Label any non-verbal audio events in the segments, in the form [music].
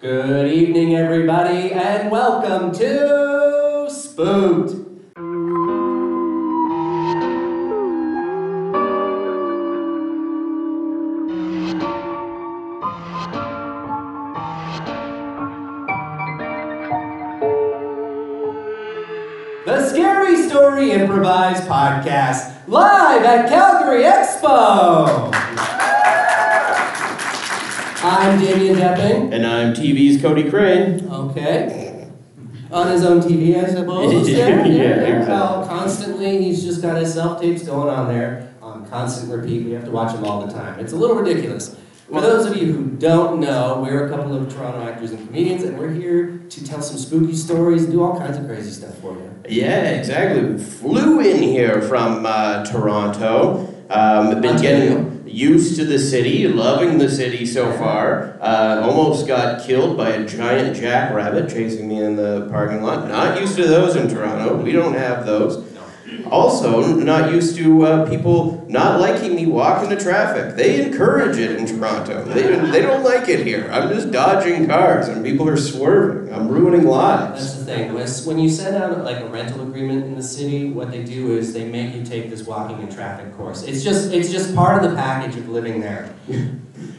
Good evening, everybody, and welcome to Spooked. The Scary Story Improvised Podcast, live at Calgary Expo. I'm Damien Depping. And I'm TV's Cody Crane. Okay. On his own TV, I suppose. [laughs] Yeah, yeah. exactly. Well, constantly, he's just got his self tapes going on there on constant repeat. We have to watch him all the time. It's a little ridiculous. For those of you who don't know, we're a couple of Toronto actors and comedians, and we're here to tell some spooky stories and do all kinds of crazy stuff for you. Yeah, exactly. We flew in here from uh, Toronto. Um, been Ontario. getting used to the city, loving the city so far. Uh, almost got killed by a giant jackrabbit chasing me in the parking lot. Not used to those in Toronto. We don't have those. Also, not used to uh, people not liking me walking to traffic. They encourage it in Toronto. They, they don't like it here. I'm just dodging cars and people are swerving. I'm ruining lives. That's the thing. Wes, When you send out like a rental agreement in the city, what they do is they make you take this walking and traffic course. It's just it's just part of the package of living [laughs] there.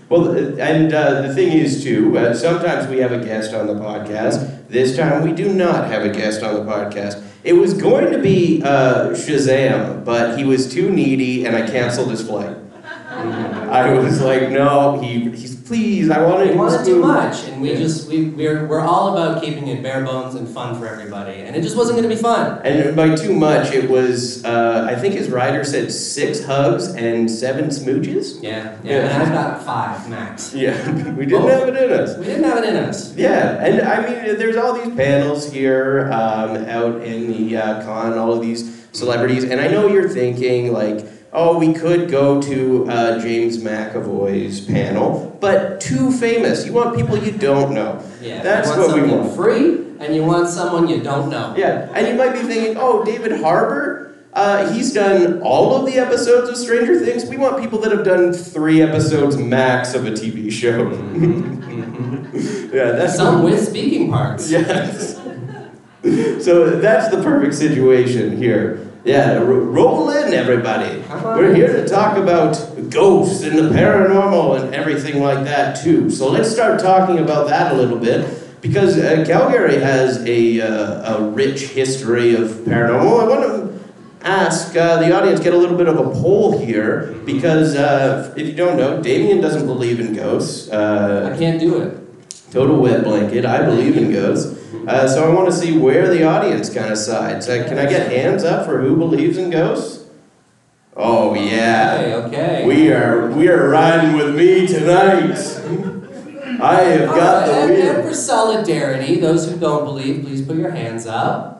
Well, and uh, the thing is, too, uh, sometimes we have a guest on the podcast. This time we do not have a guest on the podcast. It was going to be uh, Shazam, but he was too needy and I canceled his flight. Mm-hmm. I was like, no, he, he's please, I want to. We wanted too much, and we just we we're we're all about keeping it bare bones and fun for everybody, and it just wasn't going to be fun. And by too much, it was, uh, I think his rider said six hugs and [laughs] seven smooches? Yeah, yeah. Yeah. And I've got five max. Yeah, [laughs] we didn't have it in us. We didn't have it in us. Yeah, and I mean, there's all these panels here um, out in the uh, con, all of these celebrities, and I know you're thinking like, oh, we could go to uh, James McAvoy's panel, but too famous. You want people you don't know. Yeah, that's you want what we something want. Free, and you want someone you don't know. Yeah, and you might be thinking, oh, David Harbour. Uh, he's done all of the episodes of Stranger Things. We want people that have done three episodes max of a TV show. [laughs] yeah, that's Mm-hmm. Some with speaking parts. Yes. so that's the perfect situation here. Yeah, r- roll in, everybody. Come on We're in. here to talk about ghosts and the paranormal and everything like that, too. So let's start talking about that a little bit. Because uh, Calgary has a, uh, a rich history of paranormal. I want to ask uh, the audience, get a little bit of a poll here, because uh, if you don't know, Damien doesn't believe in ghosts. Uh, I can't do it. Total wet blanket. I believe in ghosts. Uh, so I want to see where the audience kind of sides. Uh, can I get hands up for who believes in ghosts? Oh Okay, yeah, okay. we are we are riding with me tonight. I have All right, got the and, and wheel. for solidarity, those who don't believe, please put your hands up.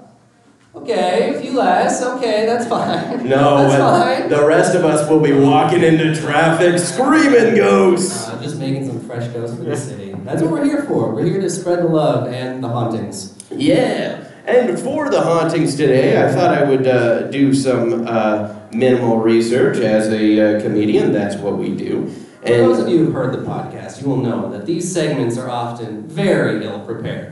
Okay, a few less. Okay, that's [laughs] fine. No, that's and fine. the rest of us will be walking into traffic screaming ghosts. Uh, just making some fresh ghosts for the city. That's what we're here for. We're here to spread the love and the hauntings. Yeah. And for the hauntings today, I thought I would uh, do some uh, minimal research as a uh, comedian. That's what we do. For And those of you who've heard the podcast, you will know that these segments are often very ill prepared. [laughs]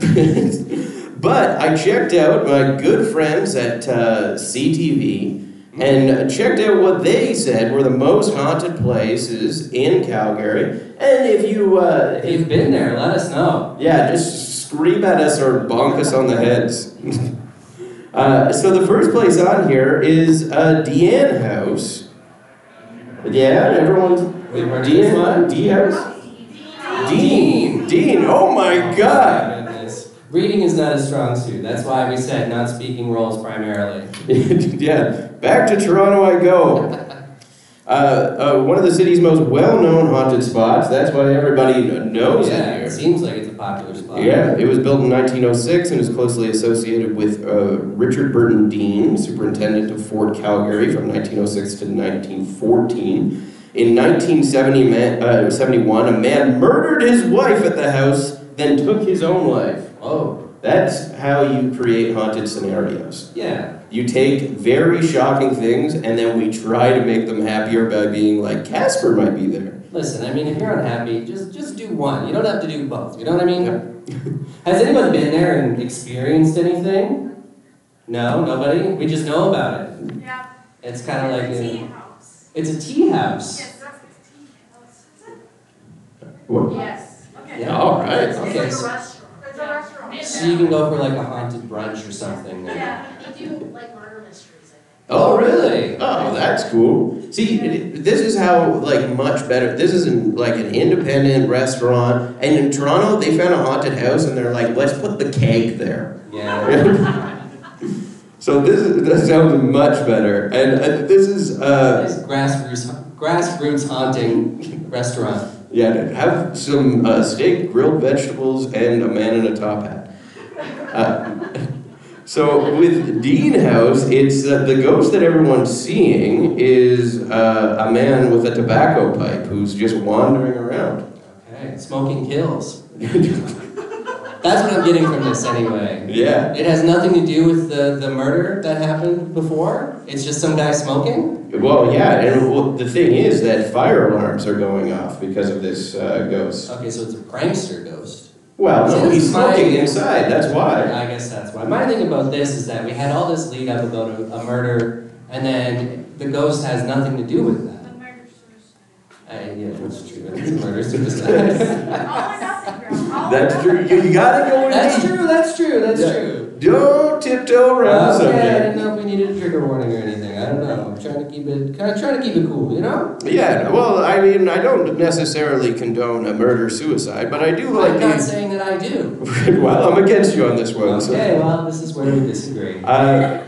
but I checked out my good friends at uh, CTV, and checked out what they said were the most haunted places in Calgary. And if you, uh, If you've been there, let us know. yeah, just scream at us or bonk us on the heads. [laughs] uh, so the first place on here is uh, Deanne House. Yeah, everyone's Wait, where is Deanne this one? D House. Dean, Dean. Oh my God. [laughs] My goodness. Reading is not a strong suit. That's why we said not speaking roles primarily. yeah, back to Toronto I go. Uh, uh, one of the city's most well-known haunted spots. That's why everybody knows yeah, it it here. seems like it's a popular spot. Yeah, it was built in 1906 and is closely associated with uh, Richard Burton Dean, superintendent of Fort Calgary from 1906 to 1914. In 1970, ma- uh, 71, a man murdered his wife at the house, then took his own life. Oh, That's how you create haunted scenarios. yeah. You take very shocking things and then we try to make them happier by being like, Casper might be there. Listen, I mean, if you're unhappy, just just do one. You don't have to do both. You know what I mean? [laughs] Has anyone been there and experienced anything? No, nobody. We just know about it. Yeah. It's kind of like It's a tea a, house. it's a tea house. Yes, that's a tea house. What? Yes. Okay. Yeah. All right. It's Okay, like a so- restaurant. It's a restaurant. So you can go for like a haunted brunch or something. then. Yeah, they do like murder mysteries, I Oh, really? Oh, that's cool. See, it- this is how like much better. This is in, like an independent restaurant, and in Toronto they found a haunted house, and they're like, let's put the keg there. Yeah. So this is, this sounds much better, and uh, this is uh, Nice grassroots grassroots haunting [laughs] restaurant. yeah, to have some uh, steak, grilled vegetables, and a man in a top hat. Uh, [laughs] so with Dean House, it's uh, the ghost that everyone's seeing is uh, a man with a tobacco pipe who's just wandering around. [laughs] Okay. Smoking kills. That's what I'm getting from this anyway. Yeah. It has nothing to do with the, the murder that happened before. It's just some guy smoking. Well, yeah, and well, the thing is that fire alarms are going off because of this uh, ghost. Okay, so it's a prankster ghost. Well, no, So he's it's my- smoking inside. That's why. I guess that's why. My thing about this is that we had all this lead up about a, a murder, and then the ghost has nothing to do with that. think. The murder suicide. I, yeah, that's true. It's a murder suicide. All or nothing, girl. All or That's true. You, you gotta go in. [laughs] Oh. that's deep. true. That's true. That's Yeah. true. Don't tiptoe around the okay, I didn't subject. know if we needed a trigger warning or anything. I don't know. I'm trying to keep it kind of trying to keep it cool, you know? Yeah, well, I mean, I don't necessarily condone a murder suicide, but I do like I'm not these. saying that I do. [laughs] well, I'm against you on this one. so- Okay, well, this is where we disagree. Uh,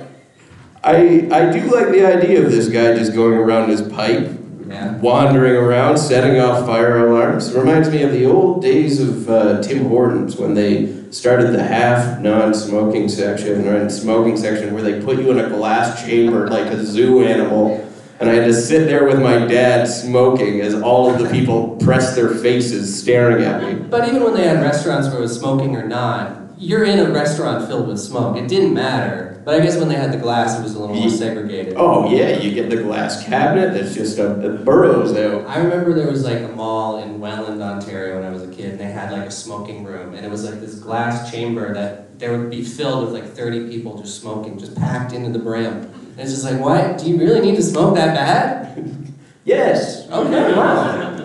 I I do like the idea of this guy just going around his pipe, Yeah. wandering around, setting off fire alarms. Reminds me of the old days of uh, Tim Hortons when they started the half non-smoking section or in smoking section where they put you in a glass chamber like a zoo animal. And I had to sit there with my dad smoking as all of the people pressed their faces staring at me. But even when they had restaurants where it was smoking or not, you're in a restaurant filled with smoke. It didn't matter. But I guess when they had the glass, it was a little more Ye- segregated. Oh yeah, you get the glass cabinet that's just a, it burrows out. I remember there was like a mall in Welland, Ontario when I was a kid, and they had like a smoking room, and it was like this glass chamber that there would be filled with like 30 people just smoking, just packed into the brim. And it's just like, what? Do you really need to smoke that bad? Yes. Okay, wow.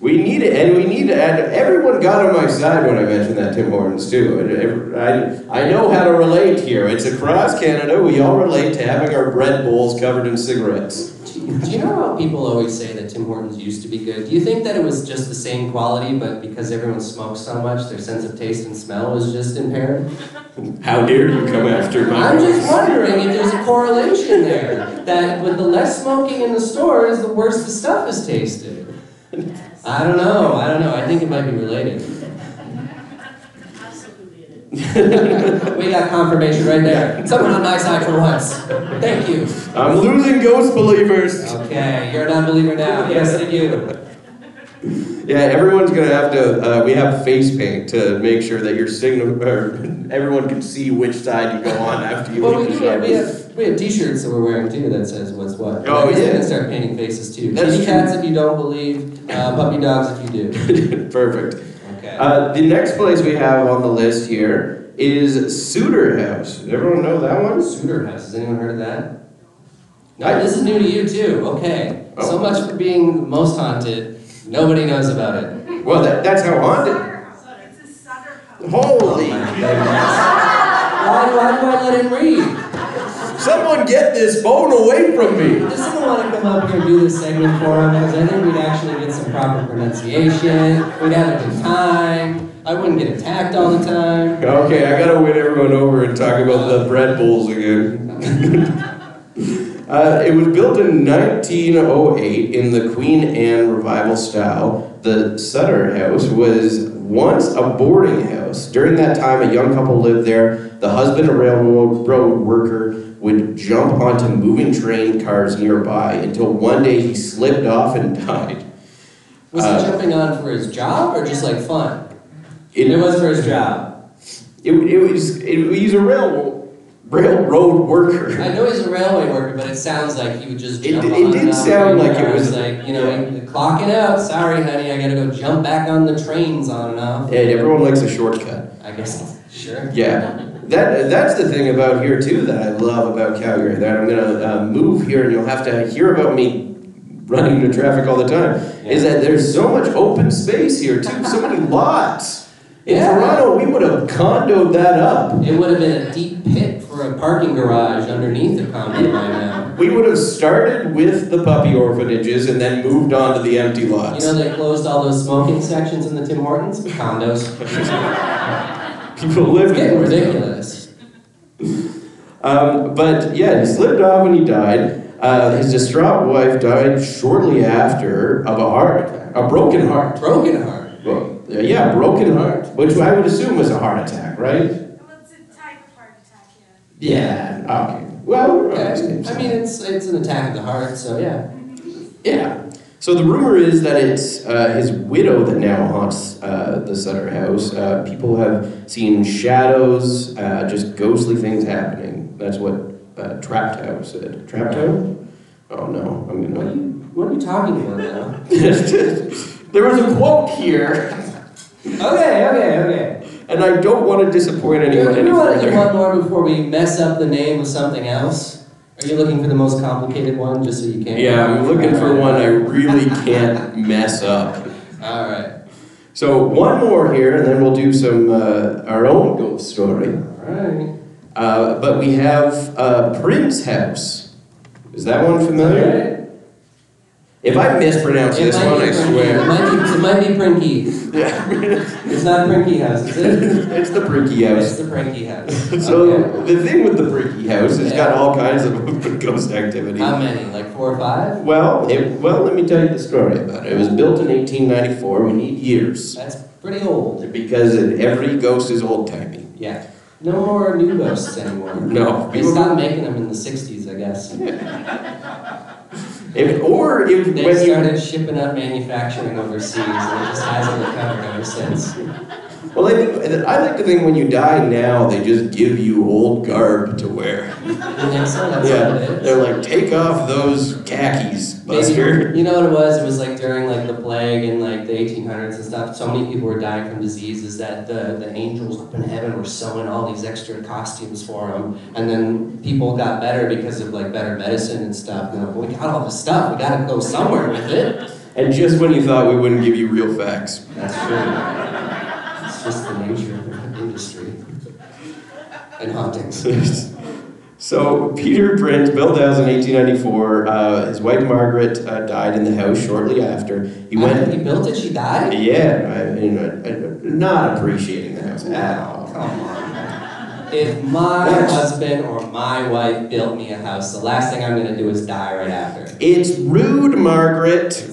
We need it, and we need to add. Everyone got on my side when I mentioned that Tim Hortons too. And ev- I, I know how to relate here. It's across Canada. We all relate to having our bread bowls covered in cigarettes. Do you, do you know how people always say that Tim Hortons used to be good? Do you think that it was just the same quality, but because everyone smoked so much, their sense of taste and smell was just impaired? How dare you come after my? I'm just voice. wondering if there's a correlation there. That with the less smoking in the stores, the worse the stuff is tasted. I don't know. I don't know. I think it might be related. nothing. Absolutely it is. [laughs] We got confirmation right there. Someone on my side for once. Thank you. I'm losing ghost believers. Okay, you're a non-believer now. Yes, thank you. Yeah, everyone's gonna have to. Uh, we have face paint to make sure that your signal, or [laughs] everyone can see which side you go on after you Well, we do leave the have, we shop. have we have T-shirts that we're wearing too that says what's what. Oh, We're yeah. gonna start painting faces too. That's Kitty true. cats if you don't believe, uh, puppy dogs if you do. [laughs] Perfect. Okay. Uh, the next place we have on the list here is Suter House. Does everyone know that one? Suter House. Has anyone heard of that? No, this is new to you too. Okay. Oh. So much for being most haunted. Nobody knows about it. Well, that, that's how haunted. Sutter House. Oh, It's a Sutter House. Holy. Why, why do I let him read? Someone get this phone away from me. Does someone want to come up here and do this segment for him? Because I think we'd actually get some proper pronunciation. We'd have a good time. I wouldn't get attacked all the time. Okay, I gotta win everyone over and talk about the bread bowls again. [laughs] uh, it was built in 1908 in the Queen Anne revival style. The Sutter House was once a boarding house. During that time, a young couple lived there. The husband, a railroad road worker, would jump onto moving train cars nearby until one day he slipped off and died. Was Uh, he jumping on for his job or just like fun? It- It was for his [clears throat] job. It, it was it, he's a rail railroad worker. I know he's a railway worker, but it sounds like he would just It- jump it on did and off sound the like it car. was- It's like you know clocking out. Sorry, honey, I gotta go jump back on the trains on and off. And everyone likes a shortcut. I guess sure. Yeah, that that's the thing about here too that I love about Calgary. That I'm gonna uh, move here, and you'll have to hear about me running into traffic all the time. Is that there's so much open space here too, so many lots. In Yeah. Toronto, we would have condoed that up. It would have been a deep pit for a parking garage underneath the condo by now. We would have started with the puppy orphanages and then moved on to the empty You lots. know they closed all those smoking sections in the Tim Hortons condos. [laughs] People It's lived getting in them. ridiculous. Um, but yeah, he slipped off when he died. Uh, his distraught wife died shortly after of a heart attack, a broken heart. Broken heart. Well, uh, yeah, broken heart, which I would assume was a heart attack, right? Well, it's a type of heart attack, yeah. Yeah. Okay. Well, Okay. okay. I mean it's it's an attack of the heart, so yeah. yeah. So the rumor is that it's uh, his widow that now haunts uh, the Sutter house. Uh, people have seen shadows, uh, just ghostly things happening. That's what uh, Trapped House said. Trapped House? Oh no, I'm gonna. [laughs] What are you what are you talking about now? there was a quote here, Okay, okay, okay. and I don't want to disappoint Do anyone you, do any you want to do further. one more before we mess up the name of something else? Are you looking for the most complicated one just so you can? Yeah, I'm looking for one I really can't mess up. All right. So one more here, and then we'll do some uh, our own ghost story. All right. Uh, but we have uh, Prince House. Is that one familiar? Alright. If I mispronounce It this might one, be I Prinky. It [laughs] swear. might be, it might be Prinky. It's not Prinky House, is it? [laughs] it's the Prinky It's House. the Prinky House. [laughs] So Okay. the thing with the Prinky House, it's got Yeah. Um, all kinds of [laughs] ghost activity. How many? Like four or five? Well, it, well, let me tell you the story about it. It was built in 1894. We need years That's pretty old. because every ghost is old timey. Yeah. No more new ghosts anymore. No, They stopped making them in the 60s, I guess. if or if They when started shipping out manufacturing overseas, and it just hasn't recovered ever since. you well, I think I like to think when you die now, they just give you old garb to wear. You think so? That's Yeah, what it is. they're like, take off those khakis, Buster. Maybe, you know what it was? It was like during like the plague and like the 1800s and stuff. So many people were dying from diseases that the, the angels up in heaven were sewing all these extra costumes for them. And then people got better because of like better medicine and stuff. And they're like, we got all this stuff. We got to go somewhere with it. And just when you thought we wouldn't give you real facts, [laughs] That's true. It's just the nature of the industry and hauntings. So Peter Prince built the house in 1894. Uh, his wife Margaret uh, died in the house shortly after. After He went. he built it, she died? Yeah, I, you know, I- I- not appreciating the house at Wow, all. come on. If my husband or my wife built me a house, the last thing I'm gonna do is die right after. It's rude, Margaret.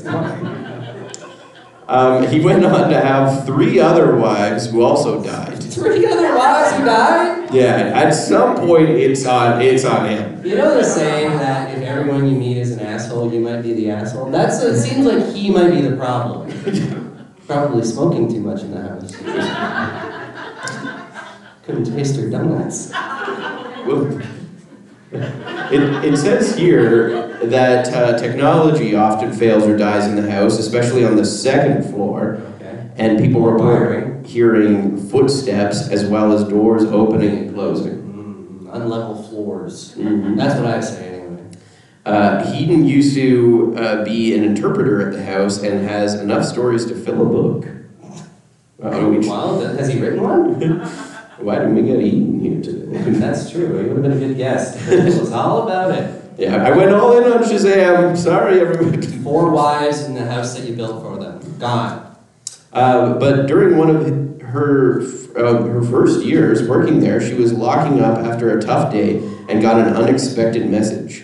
Um, he went on to have three other wives who also died. Three other wives who died? Yeah, at some point it's on it's on him. You know the saying that if everyone you meet is an asshole, you might be the asshole? That's, it seems like he might be the problem. Probably smoking too much in the house. Couldn't taste her donuts. Whoop. It, it says here that uh, technology often fails or dies in the house, especially on the second floor. Okay. and people Wiring. report hearing footsteps as well as doors opening and closing. Mm, unlevel floors. Mhm. That's what I say anyway. Uh, Uh, Heaton used to uh, be an interpreter at the house and has enough stories to fill a book. Uh, we- Wow, that- has he written one? why didn't we get Heaton here today? [laughs] That's true. He would have been a good [laughs] guest. Tell us all about it. yeah, I went all in on Shazam. Sorry, everybody. Four wives in the house that you built for them. Gone. Uh, but during one of her uh, her first years working there, she was locking up after a tough day and got an unexpected message.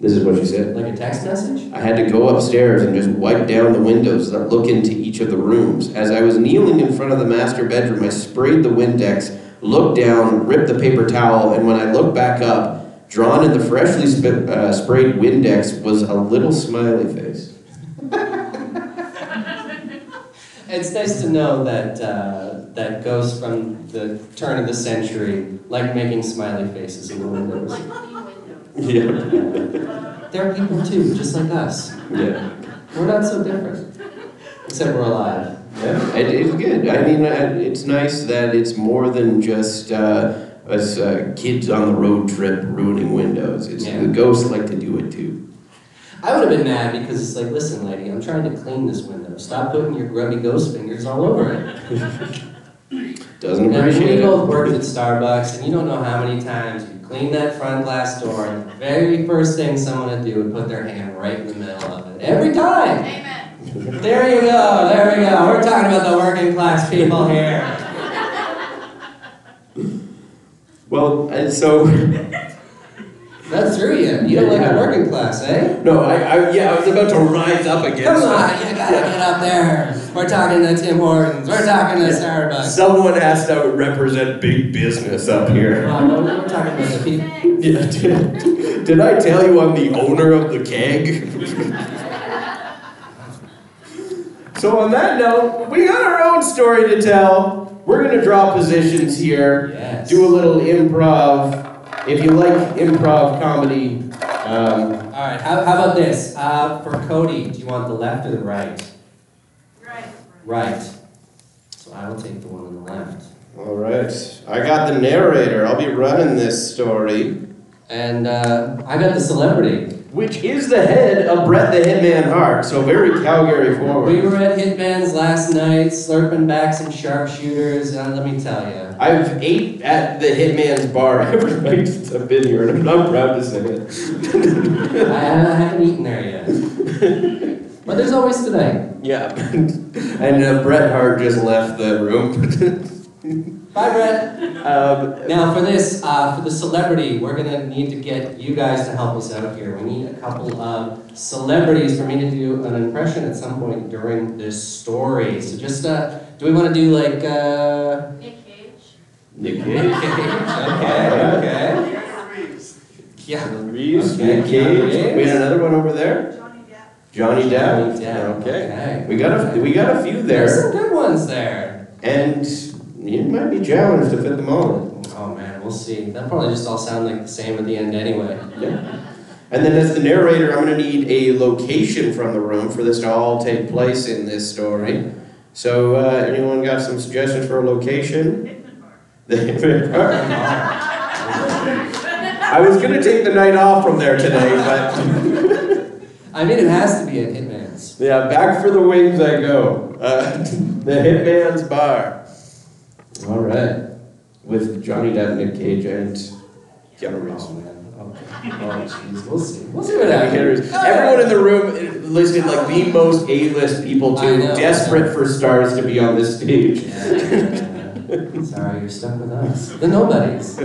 This is what she said. Like a text message? I had to go upstairs and just wipe down the windows that look into each of the rooms. As I was kneeling in front of the master bedroom, I sprayed the Windex, looked down, ripped the paper towel, and when I looked back up, drawn in the freshly sp- uh, sprayed Windex was a little smiley face. [laughs] It's nice to know that uh, that ghosts from the turn of the century like making smiley faces in the windows. Yeah. They're people too, just like us. Yeah. We're not so different, except we're alive. Yeah, it, it's good. I mean, uh, it's nice that it's more than just uh, us uh, kids on the road trip ruining windows. It's Yeah. the ghosts like to do it too. I would have been mad because it's like, listen, lady, I'm trying to clean this window. Stop putting your grubby ghost fingers all over it. Doesn't Now, we appreciate both it. worked at Starbucks, and you don't know how many times you clean that front glass door, and the very first thing someone would do would put their hand right in the middle of it. Every time! Amen. There you go, there we go. We're talking about the working class people here. Well, and so [laughs] That's through you. You don't like the working class, eh? no, I, I yeah, I was about to rise up against. Come on, that. you gotta get up there. We're talking to Tim Hortons. We're talking to Starbucks. Someone has to represent big business up here. Uh, no, we're talking about the people. Yeah, [laughs] did, did I tell you I'm the owner of the keg? [laughs] so on that note, we got our own story to tell. We're gonna draw positions here, Yes. do a little improv. If you like improv comedy, um, All right. How, how about this? Uh, for Cody, do you want the left or the right? Right. Right. So I will take the one on the left. all right. I got the narrator. I'll be running this story, And uh, I got the celebrity. which is the head of Brett the Hitman Hart. So very Calgary forward. We were at Hitman's last night, slurping back some sharpshooters, and let me tell you, I've ate at the Hitman's Bar [laughs] ever since I've been here, and I'm not proud to say it. I, I haven't eaten there yet. But there's always tonight. yeah, [laughs] and uh, Bret Hart just left the room. [laughs] Bye, Brett. um, Now for this, uh, for the celebrity, we're gonna need to get you guys to help us out here. We need a couple of celebrities for me to do an impression at some point during this story. So just, uh, do we want to do like? Uh... Nick Cage. [laughs] Nick Okay, Cage, okay, okay. Yeah. Keanu Reeves, Okay, Nick Cage. Keanu We had Reeves. another one over there. Johnny Depp. Johnny Depp. Johnny Depp, okay. We got a we got a few There's there, some good ones there. and it might be challenged to fit them all in. Oh man, we'll see. They'll probably just all sound like the same at the end [laughs] anyway. Yeah. And then as the narrator, I'm going to need a location from the room for this to all take place in this story. So, uh, anyone got some suggestions for a location? Hitman Bar. The Hitman Bar. I was going to take the night off from there today, but [laughs] I mean, it has to be at Hitman's. yeah, back for the wings I go. Uh, [laughs] the Hitman's Bar. All right. With Johnny Depp, Nick Cage, and Keanu Reeves. Oh man, okay. Oh jeez, we'll see. We'll see what Yeah, happens. hitters. Everyone in the room listed like the most A-list people I too, know. desperate for stars to be on this stage. Yeah. [laughs] Sorry, you're stuck with us. The nobodies.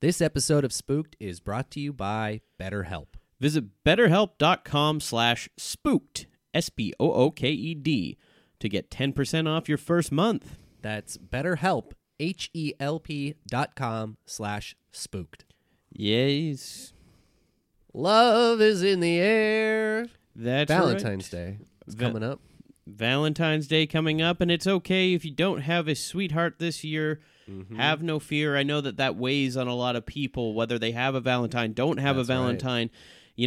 This episode of Spooked is brought to you by BetterHelp. Visit betterhelp.com slash spooked, S P O O K E D, to get 10% off your first month. That's BetterHelp, H E L P dot com slash spooked. Yes. Love is in the air. That's Valentine's right. Day is Va- coming up. Valentine's Day coming up, and it's okay if you don't have a sweetheart this year. Mm-hmm. Have no fear. I know that that weighs on a lot of people, whether they have a Valentine, don't have a Valentine, you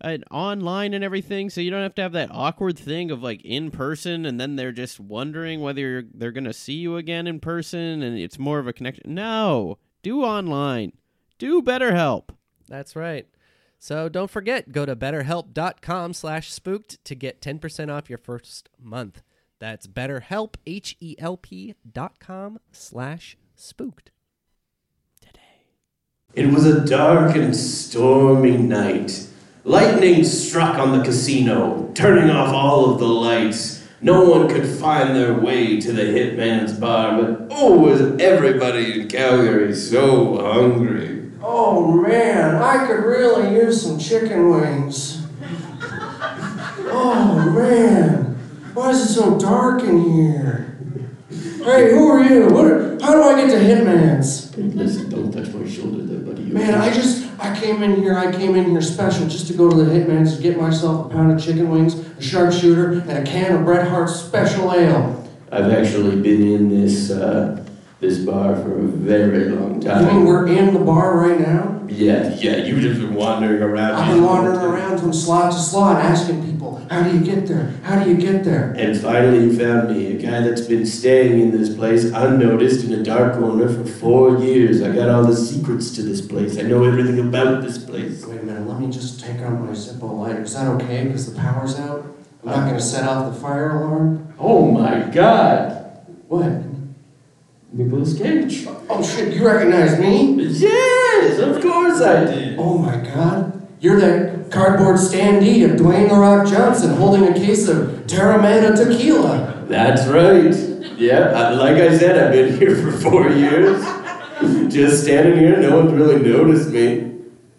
uh, online and everything, so you don't have to have that awkward thing of like in person, and then they're just wondering whether you're, they're gonna see you again in person, and it's more of a connection. No, do online, do BetterHelp. That's right. So don't forget, go to betterhelp.com slash spooked to get 10% off your first month. That's betterhelp, H-E-L-P dot com slash spooked. It was a dark and stormy night. Lightning struck on the casino, turning off all of the lights. No one could find their way to the hitman's bar, but oh, was everybody in Calgary so hungry. Oh man, I could really use some chicken wings. oh man, why is it so dark in here? Hey, who are you? What are, how do I get to Hitman's? Listen, don't touch my shoulder there, buddy. You Man, I just, I came in here, I came in here special just to go to the Hitman's to get myself a pound of chicken wings, a sharpshooter, and a can of Bret Hart's special ale. I've actually been in this uh, this bar for a very long You mean time. we're in the bar right now? Yeah, yeah, you've just been wandering around. I've been wandering around from slot to slot asking people, how do you get there? How do you get there? And finally, you found me, a guy that's been staying in this place unnoticed in a dark corner for four years. I got all the secrets to this place. I know everything about this place. Wait a minute, let me just take out my Zippo lighter. Is that okay? Because the power's out? I'm not going to set off the fire alarm? Oh my god! What? Nicolas Cage. Oh shit, you recognize me? Yes, of course I did. Oh my god. You're that cardboard standee of Dwayne The Rock Johnson holding a case of Terramana tequila. That's right. Yeah, I- like I said, I've been here for four years. Just standing here, no one's really noticed me.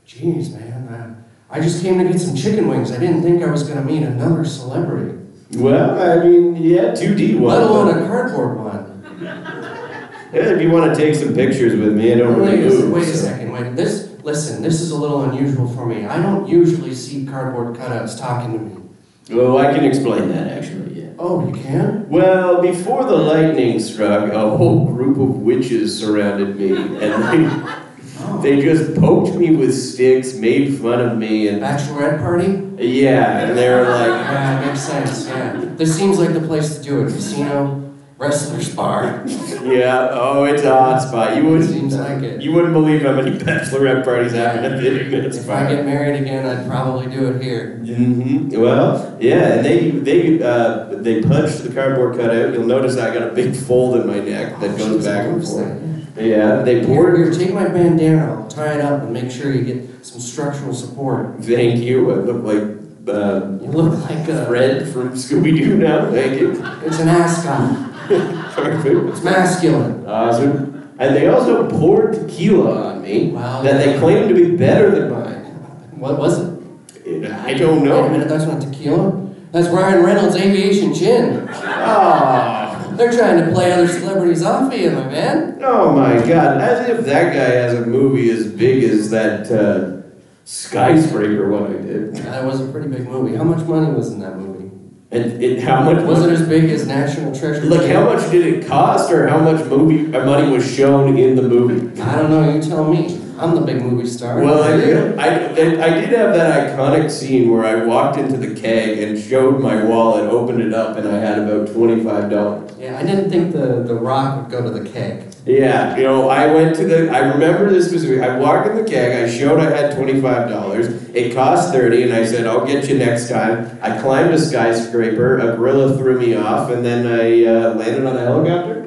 Jeez, man. uh, I just came to get some chicken wings. I didn't think I was going to meet another celebrity, Well, I mean, yeah, 2D one. let alone but- a cardboard one. Yeah, if you want to take some pictures with me, I don't really Wait, a se- move. wait a so- second. Wait. This. Listen. This is a little unusual for me. I don't usually see cardboard cutouts talking to me. Oh, I can explain that actually, yeah. Oh, you can? Well, before the lightning struck, a whole group of witches surrounded me, and [laughs] they, they just poked me with sticks, made fun of me, and Bachelorette party? yeah, and they were like, Yeah, it makes sense. Yeah. This seems like the place to do it. Casino, wrestler's bar. yeah, oh, it's a hot spot. You wouldn't, Seems like it. you wouldn't believe how many [laughs] bachelorette parties happen at the Hitman's If I bar. get married again, I'd probably do it here. Mm-hmm. Well, yeah, and they they uh, they punched the cardboard cutout. You'll notice I got a big fold in my neck Oh, that goes back and forth. Yeah, they Or poured. here, take my bandana. I'll tie it up and make sure you get some structural support. Thank you. I look like uh, You look like a. Fred from Scooby Doo now. Thank you. It's an ascot. [laughs] Perfect. It's masculine. Awesome. And they also poured tequila on me Wow. that they claimed to be better than mine. What was it? And I don't Wait a know. minute, that's not tequila. That's Ryan Reynolds' aviation gin. Ah. They're trying to play other celebrities off of you, my man. Oh my god, as if that guy has a movie as big as that uh, skyscraper one I did. That was a pretty big movie. How much money was in that movie? And it, how much Was it as big as National Treasure? Like, how much did it cost, or how much movie uh, money was shown in the movie? I don't know. You tell me. I'm the big movie star. Well, I did, I, and I did have that iconic scene where I walked into the keg and showed my wallet, opened it up, and I had about twenty-five dollars. Yeah, I didn't think the, the rock would go to the keg. Yeah, you know, I went to the. I remember this specifically. I walked in the keg. I showed I had twenty-five dollars. It cost thirty, and I said, "I'll get you next time." I climbed a skyscraper. A gorilla threw me off, and then I uh, landed on a helicopter.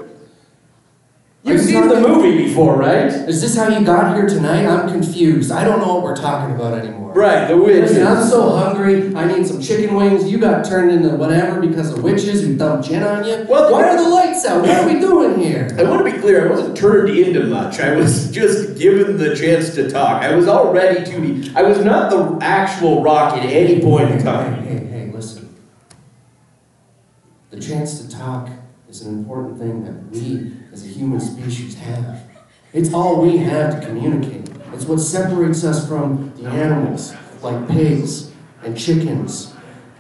You've seen the movie before, right? Is this how you got here tonight? I'm confused. I don't know what we're talking about anymore. Right, the witch. Listen, I'm so hungry. I need some chicken wings. You got turned into whatever because of witches who dumped gin on you. Well, Why are the lights out? What are we doing here? I want to be clear, I wasn't turned into much. I was [laughs] just given the chance to talk. I was already to be. I was not the actual rock at any point in Hey, time. hey, hey, listen. The chance to talk is an important thing that we as a human species have. It's all we have to communicate. It's what separates us from the animals, like pigs and chickens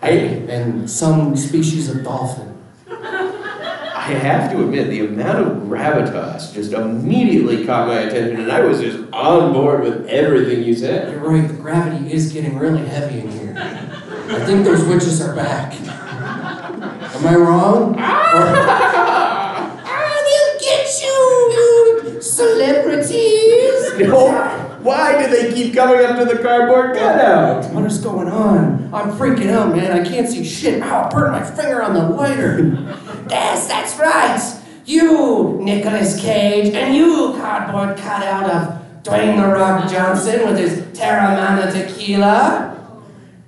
I, and some species of dolphin. I have to admit, the amount of gravitas just immediately caught my attention, and I was just on board with everything you said. [laughs] You're right, the gravity is getting really heavy in here. I think those witches are back. Am I wrong? I will get you, you celebrities! No, why do they keep coming up to the cardboard cutout? What is going on? I'm freaking out, man. I can't see shit. Ow, I burned my finger on the lighter. yes, that's right. You, Nicolas Cage, and you, cardboard cutout of Dwayne The Rock Johnson with his Terramana tequila.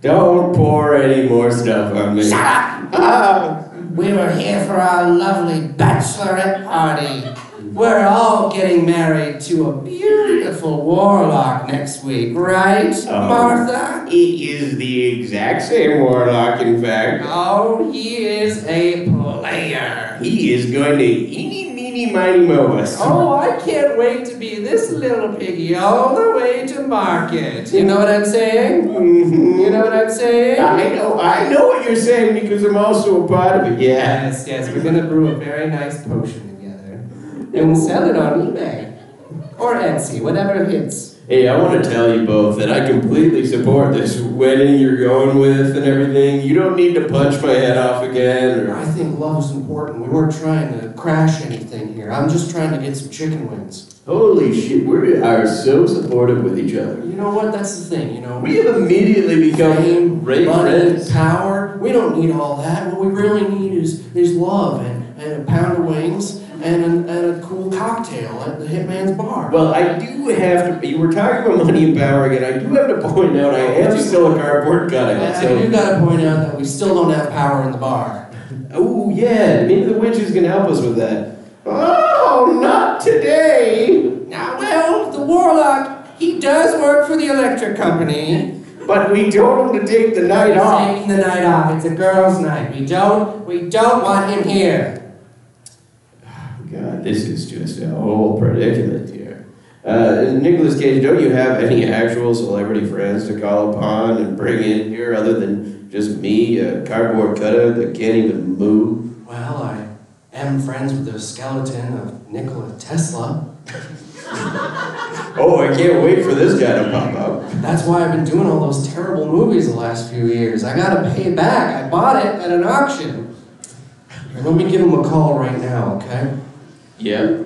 Don't pour any more stuff on me. Shut up! Oh, We were here for our lovely bachelorette party. We're all getting married to a beautiful warlock next week, right, Oh. Martha? It is the exact same warlock, in fact. Oh, he is a player. He is going to eeny, meeny, miny, moe us. Oh, I can't wait to be this little piggy all the way to market. You know what I'm saying? Mhm. You know what I'm saying? I know, I know what you're saying because I'm also a part of it. Yeah. Yes, yes, we're gonna brew a very nice potion together. And we'll sell it on eBay. Or Etsy, whatever hits. Hey, I want to tell you both that I completely support this wedding you're going with and everything. You don't need to punch my head off again. I Or... think love is important. We weren't trying to crash anything here. I'm just trying to get some chicken wings. Holy shit, we are so supportive with each other. You know what? That's the thing, you know. We have immediately become fame, great money, friends. power. We don't need all that. What we really need is is love and, and a pound of wings and a, and a cool cocktail at the Hitman's Bar. Well, I do have to. You were talking about money and power again. I do have to point out I am still a cardboard cutout. and So I do gotta point out that we still don't have power in the bar. Oh yeah, maybe the witch is gonna help us with that. Oh, not today. Now, well, the warlock, he does work for the electric company. But we told him to take the night He's off. taking the night off. It's a girls' night. We don't, we don't want him here. God, this is just a whole predicament here. Uh, Nicholas Cage, don't you have any actual celebrity friends to call upon and bring in here other than just me, a cardboard cutout that can't even move? Well, I am friends with the skeleton of Nikola Tesla. Oh, I can't wait for this guy to pop up. That's why I've been doing all those terrible movies the last few years. I gotta pay back. I bought it at an auction. Here, Let me give him a call right now, okay? Yeah.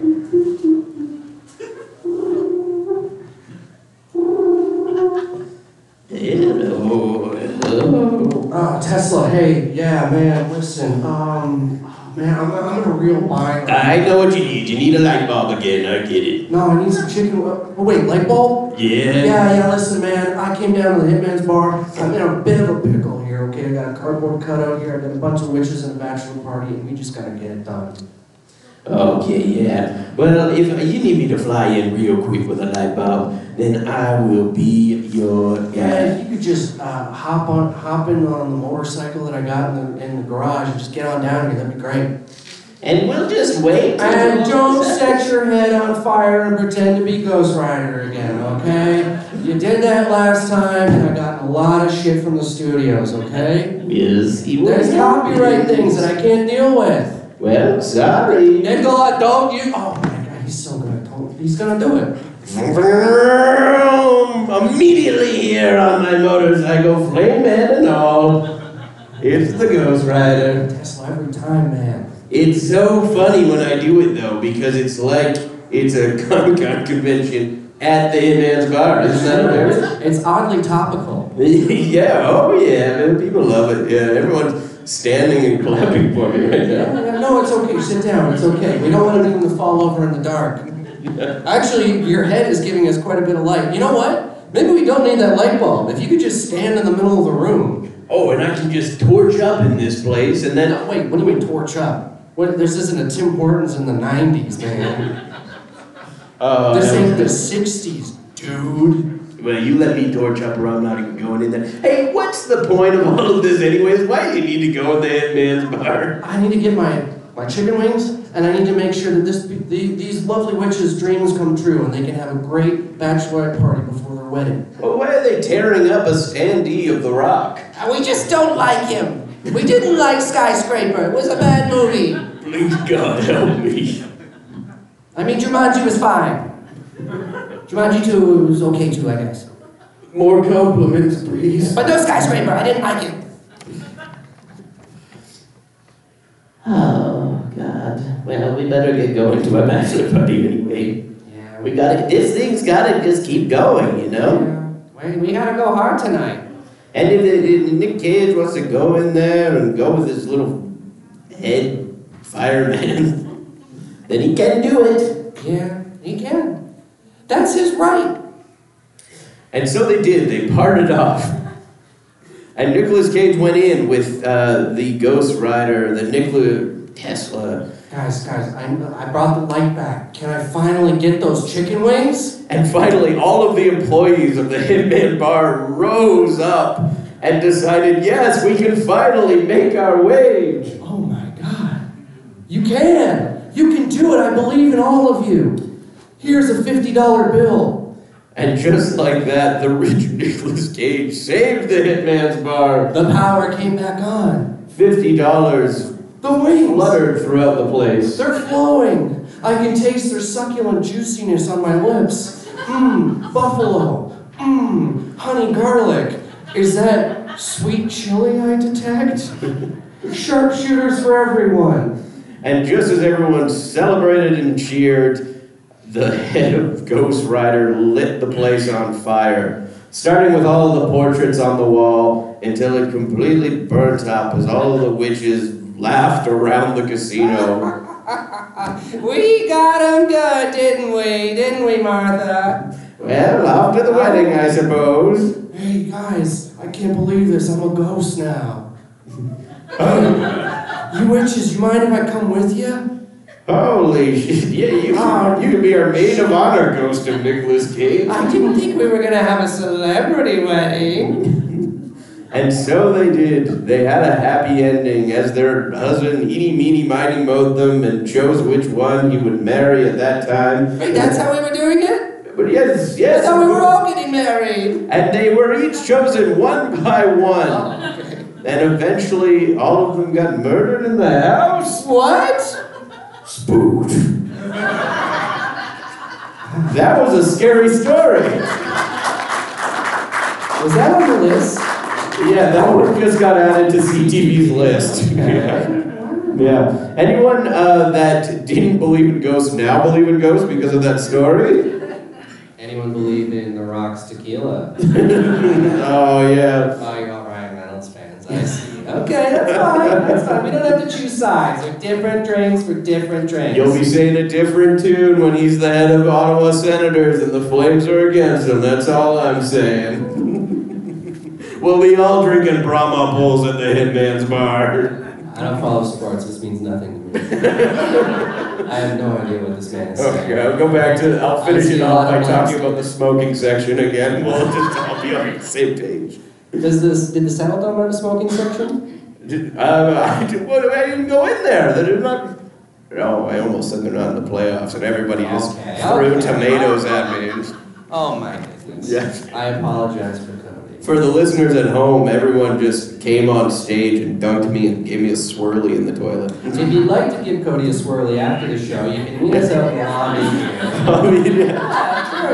Hello, hello. Oh, Tesla, hey, yeah, man, listen, um, man, I'm, I'm in a real bind. I know what you need. You need a light bulb again. I get it. No, I need some chicken. Oh, wait, light bulb? Yeah. Yeah, yeah, listen, man. I came down to the Hitman's Bar. I'm in a bit of a pickle here, okay? I got a cardboard cutout here. I got a bunch of witches and a bachelor party, and we just gotta get it done. Okay, yeah. Well, if you need me to fly in real quick with a light bulb, then I will be your Yeah, guy. if you could just uh, hop on, hop in on the motorcycle that I got in the, in the garage and just get on down here, that'd be great. And we'll just wait. till- And don't set your head on fire and pretend to be Ghost Rider again, okay? You did that last time, and I got a lot of shit from the studios, okay? We'll see what There's copyright things that I can't deal with. Well, sorry. Nicola, don't you? Oh my god, he's so good. Don't- He's gonna do it. Vroom! Immediately here on my motorcycle, flame man and all. It's the Ghost Rider. Tesla every time, man. It's so funny when I do it though, because it's like it's a [laughs] Comic Con convention at the Hitman's Bar. Isn't that embarrassing? It's oddly topical. [laughs] yeah, oh yeah, man, people love it. Yeah, everyone's standing and clapping for me right now. No, it's okay. Sit down. It's okay. We don't want anyone to fall over in the dark. Actually, your head is giving us quite a bit of light. You know what? Maybe we don't need that light bulb. If you could just stand in the middle of the room. Oh, and I can just torch up in this place, and then No, uh, wait, what do you mean torch up? What, this isn't a Tim Hortons in the 90s, man. uh, This ain't the 60s, dude. well, you let me torch up, or I'm not even going in there. Hey, what's the point of all of this, anyways? Why do you need to go in the Hitman's Bar? I need to get my, my chicken wings, and I need to make sure that this the, these lovely witches' dreams come true, and they can have a great bachelorette party before their wedding. Well, why are they tearing up a standee of The Rock? We just don't like him. We didn't like Skyscraper. It was a bad movie. Please God help me. I mean, Jumanji was fine. Jumanji 2 was okay too, I guess. More compliments, please. But no skyscraper, I didn't like it. Oh God. Well, we better get going to our bachelor party anyway. Yeah, We gotta. This thing's gotta just keep going, you know. we, we gotta go hard tonight. And if, if Nick Cage wants to go in there and go with his little head fireman, [laughs] then he can do it. Yeah, he can. That's his right. And so they did. They parted [laughs] off. And Nicolas Cage went in with uh, the Ghost Rider, the Nikola Tesla, Guys, guys, I, I brought the light back. Can I finally get those chicken wings? And finally, all of the employees of the Hitman Bar rose up and decided, yes, we can finally make our wage. Oh my god. You can! You can do it! I believe in all of you! Here's a $50 bill. And just like that, the rich [laughs] Nicholas Cage saved the Hitman's Bar. The power came back on. $50 The wings! fluttered throughout the place. They're flowing. I can taste their succulent juiciness on my lips. Mmm, buffalo. Mmm, honey garlic. Is that sweet chili I detect? Sharpshooters for everyone. And just as everyone celebrated and cheered, the head of Ghost Rider lit the place on fire, starting with all the portraits on the wall until it completely burnt up as all of the witches laughed around the casino. We got 'em good, didn't we? Didn't we, Martha? Well, after the wedding, I suppose. Hey, guys, I can't believe this. I'm a ghost now. you witches, you mind if I come with you? Holy shit! [laughs] Yeah, you, you could be our maid of honor, Ghost of Nicholas Cage. I didn't think we were gonna have a celebrity wedding. And so they did. They had a happy ending as their husband, eeny, meeny, miny, mowed them and chose which one he would marry at that time. Wait, that's how we were doing it? But yes, I yes. thought we were all getting married. And they were each chosen one by one. Oh, And eventually, all of them got murdered in the house. What? Spooked. that was a scary story. Was that on the list? Yeah, that one just got added to CTV's [laughs] list. yeah. Anyone uh, that didn't believe in ghosts now believe in ghosts because of that story? Anyone believe in The Rock's tequila? Oh, yeah. oh, you're all Ryan Reynolds fans. I see. [laughs] Okay, that's fine. That's fine. We don't have to choose sides. They're different drinks for different drinks. You'll be saying a different tune when he's the head of Ottawa Senators and the Flames are against him. That's all I'm saying. [laughs] we'll be all drinking Brahma Bulls at the Hitman's Bar. [laughs] I don't follow sports. This means nothing [laughs] to me. I have no idea what this man is Okay, I'll go back to. I'll finish it off by talking about the smoking [laughs] section again. We'll just all be on the same page. Does this did the saddle dome have a smoking section? Did, uh, [laughs] I, did, what, I didn't go in there. They did not. No, I almost said they're not in the playoffs, and everybody just Okay, threw okay. tomatoes at me. Oh my goodness. Yes. I apologize for coming. for the listeners at home, everyone just came on stage and dunked me and gave me a swirly in the toilet. [laughs] So if you'd like to give Cody a swirly after the show, you can meet us out in the lobby. I mean, yeah.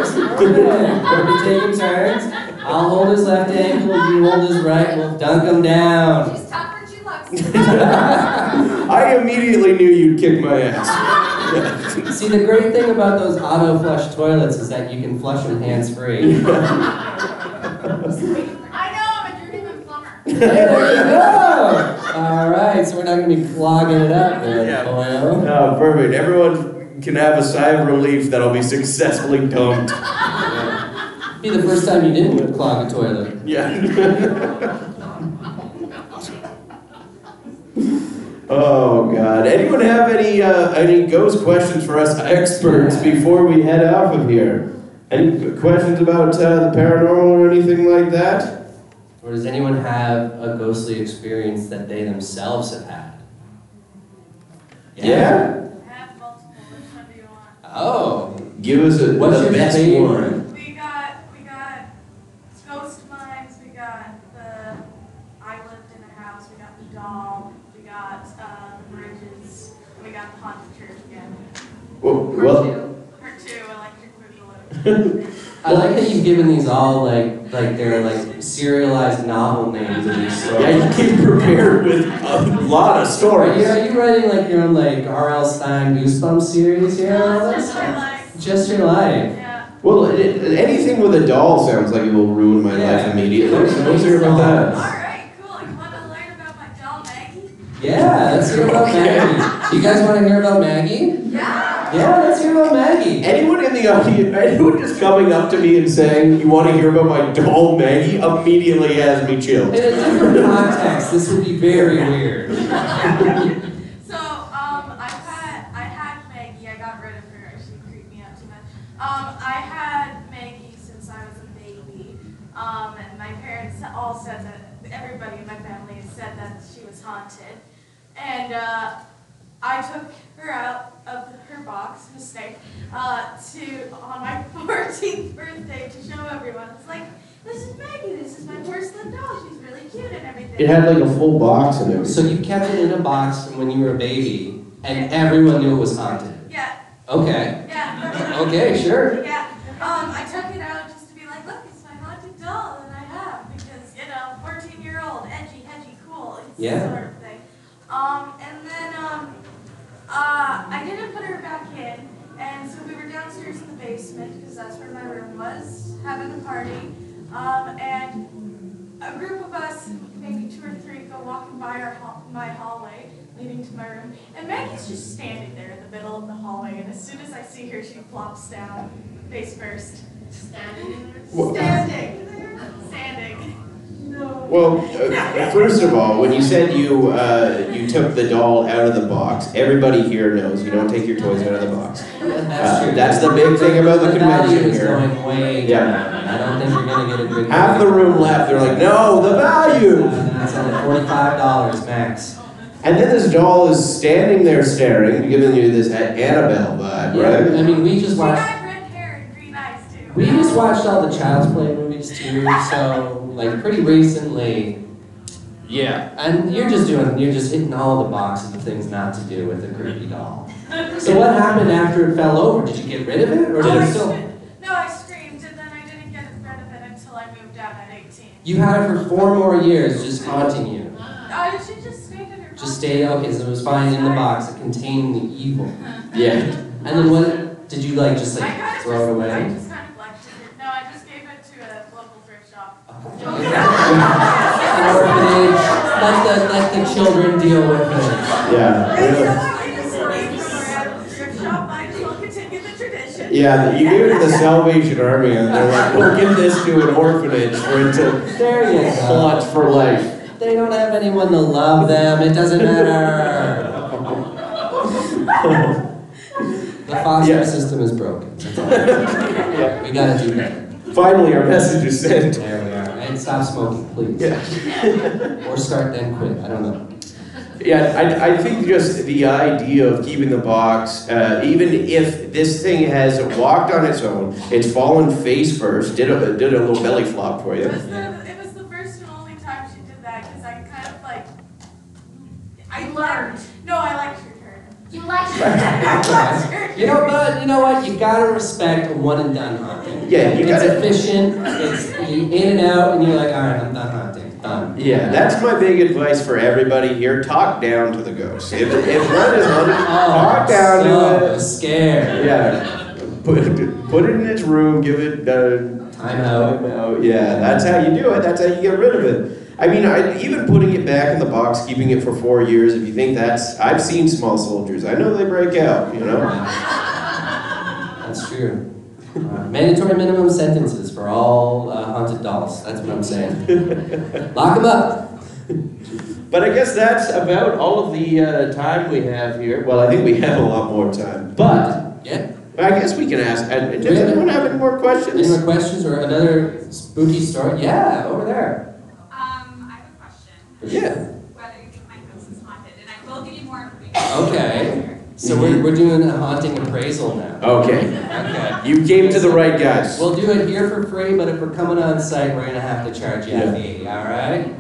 We'll be taking turns. I'll hold his left ankle, you hold his right, we'll dunk him down. She's tough for two locks. I immediately knew you'd kick my ass. See, the great thing about those auto flush toilets is that you can flush them hands free. [laughs] I know, I'm a journeyman plumber. there you go! Alright, so we're not gonna be clogging it up there, Yeah. boyo. Oh, perfect. Everyone can have a sigh of relief that I'll be successfully dumped. Be the first time you didn't clog a toilet. Yeah. [laughs] oh God! Anyone have any uh, any ghost questions for us experts before we head off of here? Any questions about uh, the paranormal or anything like that? Or does anyone have a ghostly experience that they themselves have had? I have multiple, which one do you want? Oh. Give us a, What's the your best favorite? one. We got, we got ghost mines, we got the, I lived in a house, we got the doll, we got, uh, the bridges, and we got the haunted church again. Well, Part well, two, part two, electric boogaloo. I like that you've given these all like like they're like serialized novel names of these stories. yeah, you came prepared with a lot Are of you, stories. are you writing like your own like R.L. Stein Goosebumps series here? and all No, that it's just my stuff? life. Just your life. Yeah, Well, it, it- anything with a doll sounds like it will ruin my Yeah. life immediately. So let's hear about that. alright, cool, you wanna learn about my doll Maggie? Yeah, let's hear about Okay. Maggie. You guys want to hear about Maggie? Yeah! Yeah, let's hear about Maggie. Anyone in the audience, anyone just coming up to me and saying, You want to hear about my doll Maggie? immediately has me In chilled. a different context, this would be very weird. So, um, I had, I had Maggie, I got rid of her, she creeped me out too much. Um, I had Maggie since I was a baby. Um, and my parents all said that, everybody in my family said that she was haunted. And, uh, I took her out of her box, [laughs] mistake, uh, to, on my [laughs] fourteenth birthday to show everyone. It's like, this is Maggie, this is my porcelain doll, she's really cute and everything. It had like a full box and everything. So you kept it in a box from when you were a baby, and everyone knew it was haunted. Yeah, Okay. yeah. Okay, sure. Yeah, um, I took it out just to be like, look, it's my haunted doll that I have because you know, 14 year old, edgy, edgy, cool, it's the Yeah. sort of thing. Um, and then um, uh, I didn't put her back in, and so we were downstairs in the basement because that's where my room was, having a party, um, and a group of us, maybe two or three, go walking by our hall- my hallway leading to my room, and Maggie's just standing there in the middle of the hallway. And as soon as I see her, she flops down, face first. Standing. Wha- Standing. Standing. No. Well, uh, first of all, when you said you uh, you took the doll out of the box, everybody here knows you don't take your toys out of the box. That's Uh, true. that's the big thing about the the value convention is here. going way Yeah. down. I don't think you're gonna get a good. Half the room left. They're like, no, the value. That's only forty-five dollars max. And then this doll is standing there staring, giving you this Annabelle vibe, right? I mean, we just She watched. had red hair and green eyes too. We just watched all the Child's Play movies too, so like pretty recently. Yeah. And you're just doing, you're just hitting all the boxes of things not to do with a creepy doll. So what happened after it fell over? Did you get rid of it, or Oh, did I it still? scre- No, I screamed, and then I didn't get rid of it until I moved out at 18. You had it for four more years, just haunting you. Uh, she just stayed in her. Just stayed okay, so it was fine in the box. It contained the evil. Yeah. And then what did you like? Just I kind like of throw it just, away? I just kind of left it. No, I just gave it to a local thrift shop. orphanage. Let the let the children deal with it. Yeah. really. Yeah, you gave it to the Salvation Army, and they're like, "We'll give this to an orphanage for it to There you go. haunt for life." They don't have anyone to love them. It doesn't matter. the foster Yeah. system is [laughs] broken. That's all. We gotta do better. Finally, our message is sent. There we are. And stop smoking, please. Yeah, Or start then quit. I don't know. yeah. I, I think just the idea of keeping the box, uh, even if this thing has walked on its own, it's fallen face first, did a did a little belly flop for you. It was the, it was I kind of like. I learned. No, I lectured her. You like it. I lectured You know, but you know what? You gotta respect a one and done hunting. Yeah, you it's gotta- efficient. It's you in and out, and you're like, all right, I'm done hunting. Done. Yeah, that's my big advice for everybody here. Talk down to the ghost. If, if one is on, talk down Oh, so to scared. it. Yeah, put, put it in its room. Give it uh, Time out. out. Yeah, that's how you do it. That's how you get rid of it. I mean, I, even putting it back in the box, keeping it for four years. If you think that's, I've seen small soldiers. I know they break out. You know. That's true. Uh, mandatory minimum sentences for all uh, haunted dolls. That's what I'm saying. Lock them up. But I guess that's about all of the uh, time we have here. Well, I think we have a lot more time, but. Yeah. I guess we can ask. uh, Does anyone have any more Any questions? more questions or another spooky story? Yeah, over there. Um, I have a question. Yeah. Whether you think my house is haunted, and I will give you more information. Okay. So Mm-hmm. we're, we're doing a haunting appraisal now. Okay. Okay. You came to the right guys. We'll do it here for free, but if we're coming on site, we're gonna have to charge you a fee. All right? Um,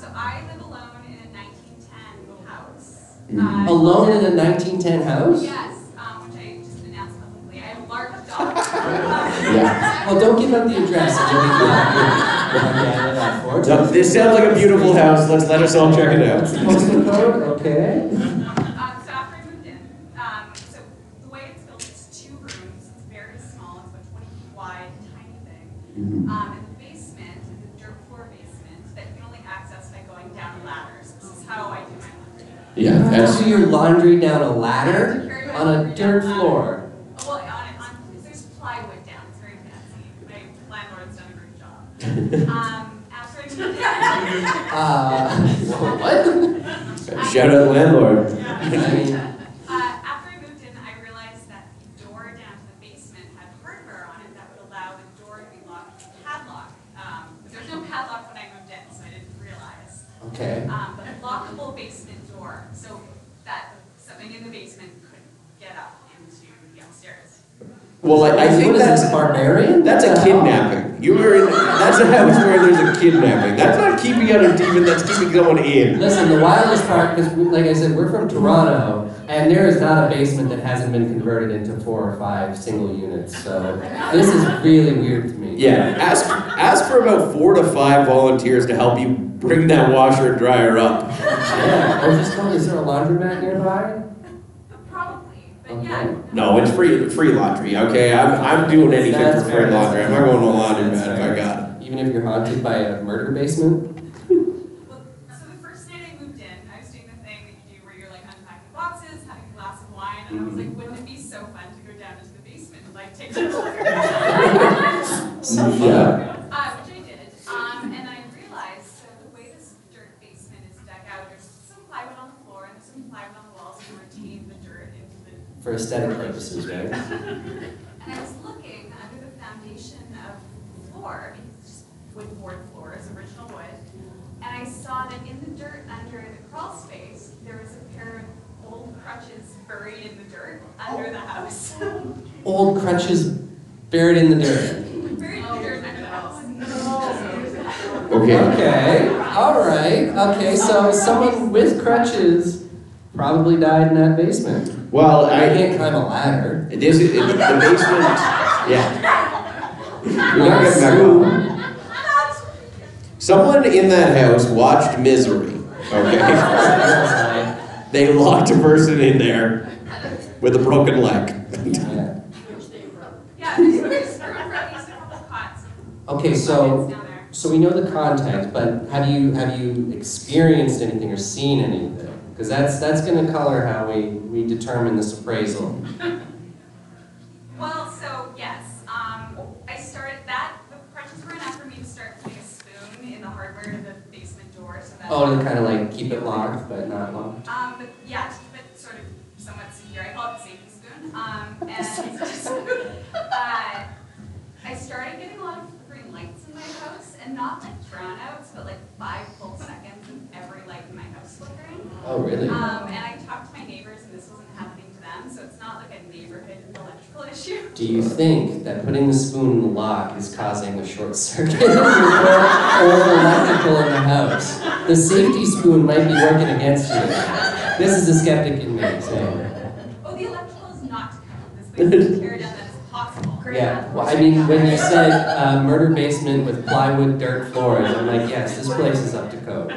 so I live alone in a 1910 house. Uh, Alone in a 1910 house? Yes, um, which I just announced publicly. I have a large dog. Um, yeah. Well, don't give up the address. until we can have it. Okay, I know that for it. So this sounds like a beautiful house. Let's let us all check it out. Postal code? Okay. um, so after I moved in, um, so the way it's built, it's two rooms. It's very small. It's about 20 feet wide, tiny thing. Um, and the basement is a dirt floor basement that you can only access by going down ladders. This is how I do my laundry. Yeah, Do your laundry down a ladder Carry my on a laundry down dirt a ladder. floor. Oh, Well, on, on, because there's plywood down, it's very fancy. My landlord's done a great job. Um, after I moved in, um, Uh, [laughs] what? Shout out landlord. I mean, uh, after I moved in, I realized that the door down to the basement had hardware on it that would allow the door to be locked with a padlock. Um, but there was no padlock when I moved in, so I didn't realize. okay. Um, but a lockable basement door, so that something in the basement could get up into the upstairs. Well, I, I think what is that's this, barbarian? that's a kidnapping. You were in, that's a house where there's a kidnapping. That's not keeping out a demon. That's keeping someone in. Listen, the wildest part, because like I said, we're from Toronto, and there is not a basement that hasn't been converted into four or five single units. So this is really weird to me. Yeah. Ask ask for about four to five volunteers to help you bring that washer and dryer up. Yeah. Or just tell me, is there a laundromat nearby? Uh, Probably, but Okay. yeah. No, it's free free laundry. Okay, I'm I'm doing anything That's for free fair, laundry. I'm that's not going to a laundry fair. man if I got it. Even if you're haunted by a murder basement? Well, so the first night I moved in, I was doing the thing that you do where you're like unpacking boxes, having a glass of wine, and I was like, wouldn't it be so fun to go down into the basement and like take a look? Mm-hmm. Yeah. Uh, which I did. Um, and I realized, so the way this dirt basement is dug out, there's some plywood on the floor and there's some plywood on the walls to retain the dirt into the For aesthetic purposes, right? And I was looking under the foundation of the floor, because it's just wood board floor, it's original wood. And I saw that in the dirt under the crawl space, there was a pair of old crutches buried in the dirt under the house. [laughs] Old crutches buried in the dirt. Buried in the dirt under the house. Okay. Okay, alright, okay, so someone with crutches probably died in that basement. Well, I I can't climb a ladder. this is it, the basement. Yeah. You're not getting back up. Someone in that house watched Misery. Okay. [laughs] Yeah. they locked a person in there with a broken leg. [laughs] Yeah, [laughs] there's, there's room for at least a couple cots. Okay, so, Down there. so we know the context, but have you, have you experienced anything or seen anything? Because that's, that's gonna color how we, we determine this appraisal. Well, so yes, um, I started that, the crutches were enough for me to start putting a spoon in the hardware of the basement door so that. Oh, to kind of like keep it locked, but not locked. Um, but yeah, to keep it sort of somewhat secure, I call it the safety spoon. [laughs] Um, and [laughs] uh, I started getting a lot of green lights in my house, and not like brownouts, but like five full seconds of every light in my house flickering. Oh, really? Um, and I talked to my neighbors, and this wasn't happening to them, so it's not like a neighborhood electrical [laughs] issue. Do you think that putting the spoon in the [laughs] lock is causing a short circuit in your door or an electrical in the house? the safety spoon might be working against you. This is a skeptic in me saying, Oh, the electrical is not to come up this [laughs] way. It's carried down that as possible. yeah. Well, I mean, when you said uh, murder basement with plywood dirt floors, I'm like, yes, this place is up to code.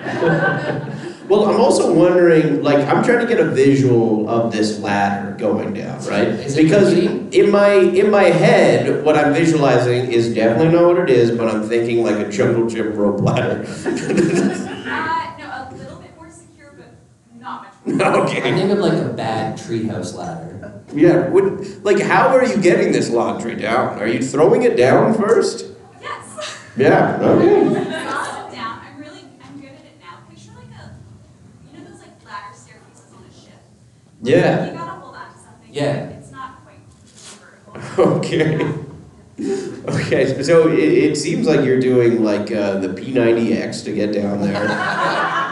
Well, I'm also wondering, like, I'm trying to get a visual of this ladder going down, right? Is it because competing? in my in my head, what I'm visualizing is definitely not what it is, but I'm thinking like a jungle gym rope ladder. [laughs] Uh, no, a little bit more secure, but not much more. I okay. think of like a bad treehouse ladder. Yeah. Would, like, how are you getting this laundry down? Are you throwing it down first? [laughs] Yes. Yeah. Okay. Not down. I'm really, I'm good at it now. Picture like a, you know those like ladder staircases on a ship? Yeah. [laughs] You gotta hold on to something. Yeah. It's not quite vertical. Okay. Okay, so it, it seems like you're doing like uh, the P90X to get [laughs] down there.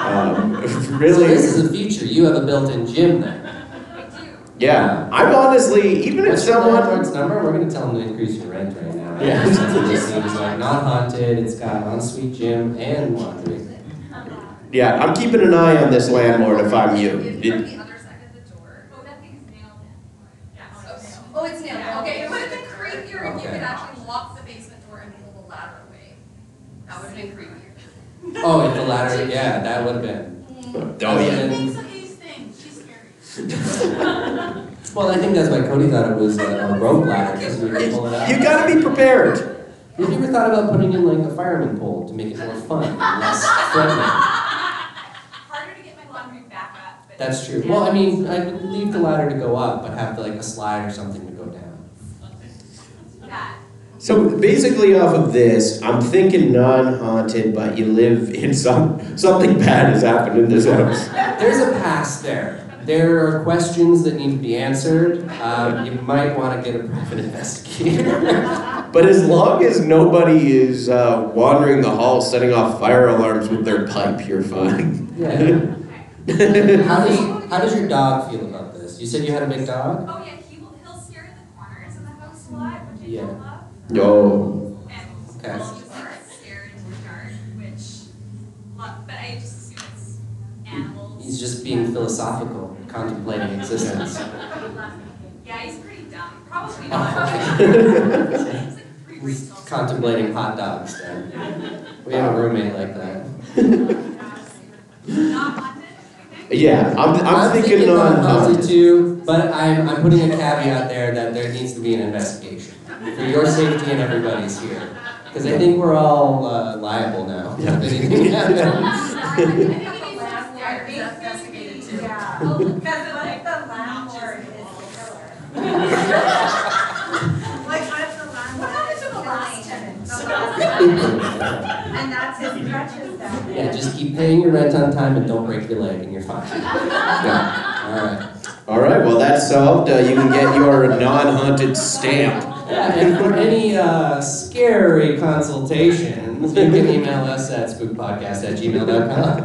Um, [laughs] So really? this is the future. You have a built-in gym then. I do. Yeah, I'm honestly even if What's your someone. landlord's number? We're gonna tell him to increase your rent right now. Yeah. Since it just seems like not haunted. It's got ensuite gym and laundry. Yeah, I'm keeping an eye on this landlord if I'm you. From It- the other side of the door. Oh, that thing's nailed in. Yeah. Okay. Oh, it's nailed. Okay, it would have been creepier if you Okay. could actually lock the basement door and pull the ladder away. That would have been creepier. Oh, if the ladder, yeah, that would have been. Oh yeah. Thinks of these things. She's scary. Well, I think that's why Cody thought it was a, a rope ladder because we were pulling You out. gotta be prepared. Have you ever thought about putting in like a fireman pole to make it more fun and less threatening? Harder to get my laundry back up, but. That's true. Well, I mean, I would leave the ladder to go up, but have like a slide or something to go down. That. So basically, off of this, I'm thinking non-haunted, but you live in some something bad has happened in this house. There's a past there. There are questions that need to be answered. Um, you might want to get a private investigator. [laughs] But as long as nobody is uh, wandering the hall setting off fire alarms with their pipe, you're fine. [laughs] yeah. How does how does your dog feel about this? You said you had a big dog. Oh, yeah, he will, he'll stare in the corners in the house a lot, which I Yeah. don't love. No. And Okay. we'll just like stare into the dark, which, lo- but I just assume it's animals. He's just being philosophical, contemplating existence. Yeah, he's pretty dumb. [laughs] Probably not. He's like three He's brains on- contemplating hot dogs then. We have a roommate like that. Not haunted, I think. Yeah, I'm, I'm, thinking, um, non-haunted non-haunted. too, but I'm, I'm putting a caveat there that there needs to be an investigation for your safety and everybody's here. Because I think we're all uh, liable now. [laughs] Yeah. I think we need The to last stare. ladder is investigated too. [laughs] Yeah. Oh, look, Because like the landlord is the killer. [laughs] [laughs] Like what if the landlord? What happened to the last tenant? The last- And that's his crutches then. yeah, just keep paying your rent on time and don't break your leg and you're [laughs] fine. Yeah. All right. All right, well that's solved. Uh, you can get your non-haunted stamp. Yeah, and for any uh, scary consultations, you can email us at spookpodcast at gmail.com.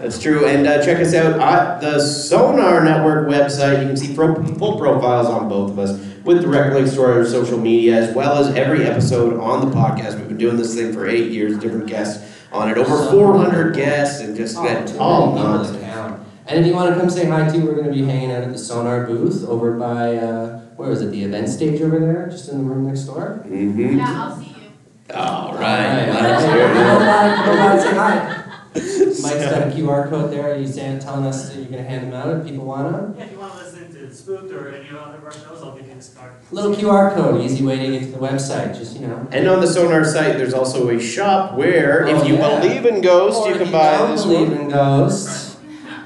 That's true. And uh, check us out at the Sonar Network website. You can see pro- full profiles on both of us with direct links to our social media as well as every episode on the podcast. We've been doing this thing for eight years, different guests on it, over 400 guests, and Oh, just got all people nonsense. in town. And if you want to come say hi too, we're going to be hanging out at the Sonar booth over by uh, where was it? The event stage over there, just in the room next door. Mm-hmm. Yeah, I'll see you. All right. All Let's right. hear it. Come by, come by, say hi. Mike's got a QR code there. Are you saying, telling us that you're going to hand them out if people want them? Yeah, if you want to listen to Spooked or any other of our shows, I'll give you this card. Little QR code, easy way to get to the website. Just you know. And on the Sonar site, there's also a shop where, Oh, if you yeah. believe in ghosts, Or you if can buy don't this believe one. in ghosts.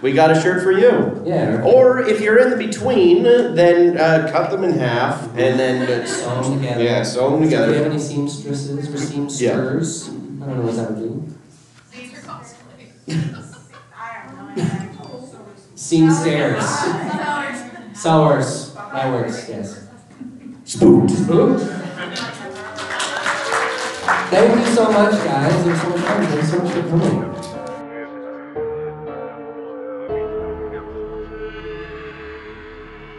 We got a shirt for you. Yeah. Or if you're in the between, then uh, cut them in half and then uh, Sew 'em together. yeah, sew them Do we have together. any seamstresses or seamsters? I don't know what that would be. It's your cosplay. I don't know. I don't know. Seamstairs. Sowers. That works, yes. Spooked. Spooked. Thank you so much, guys. It was so much fun. Thanks so much for coming.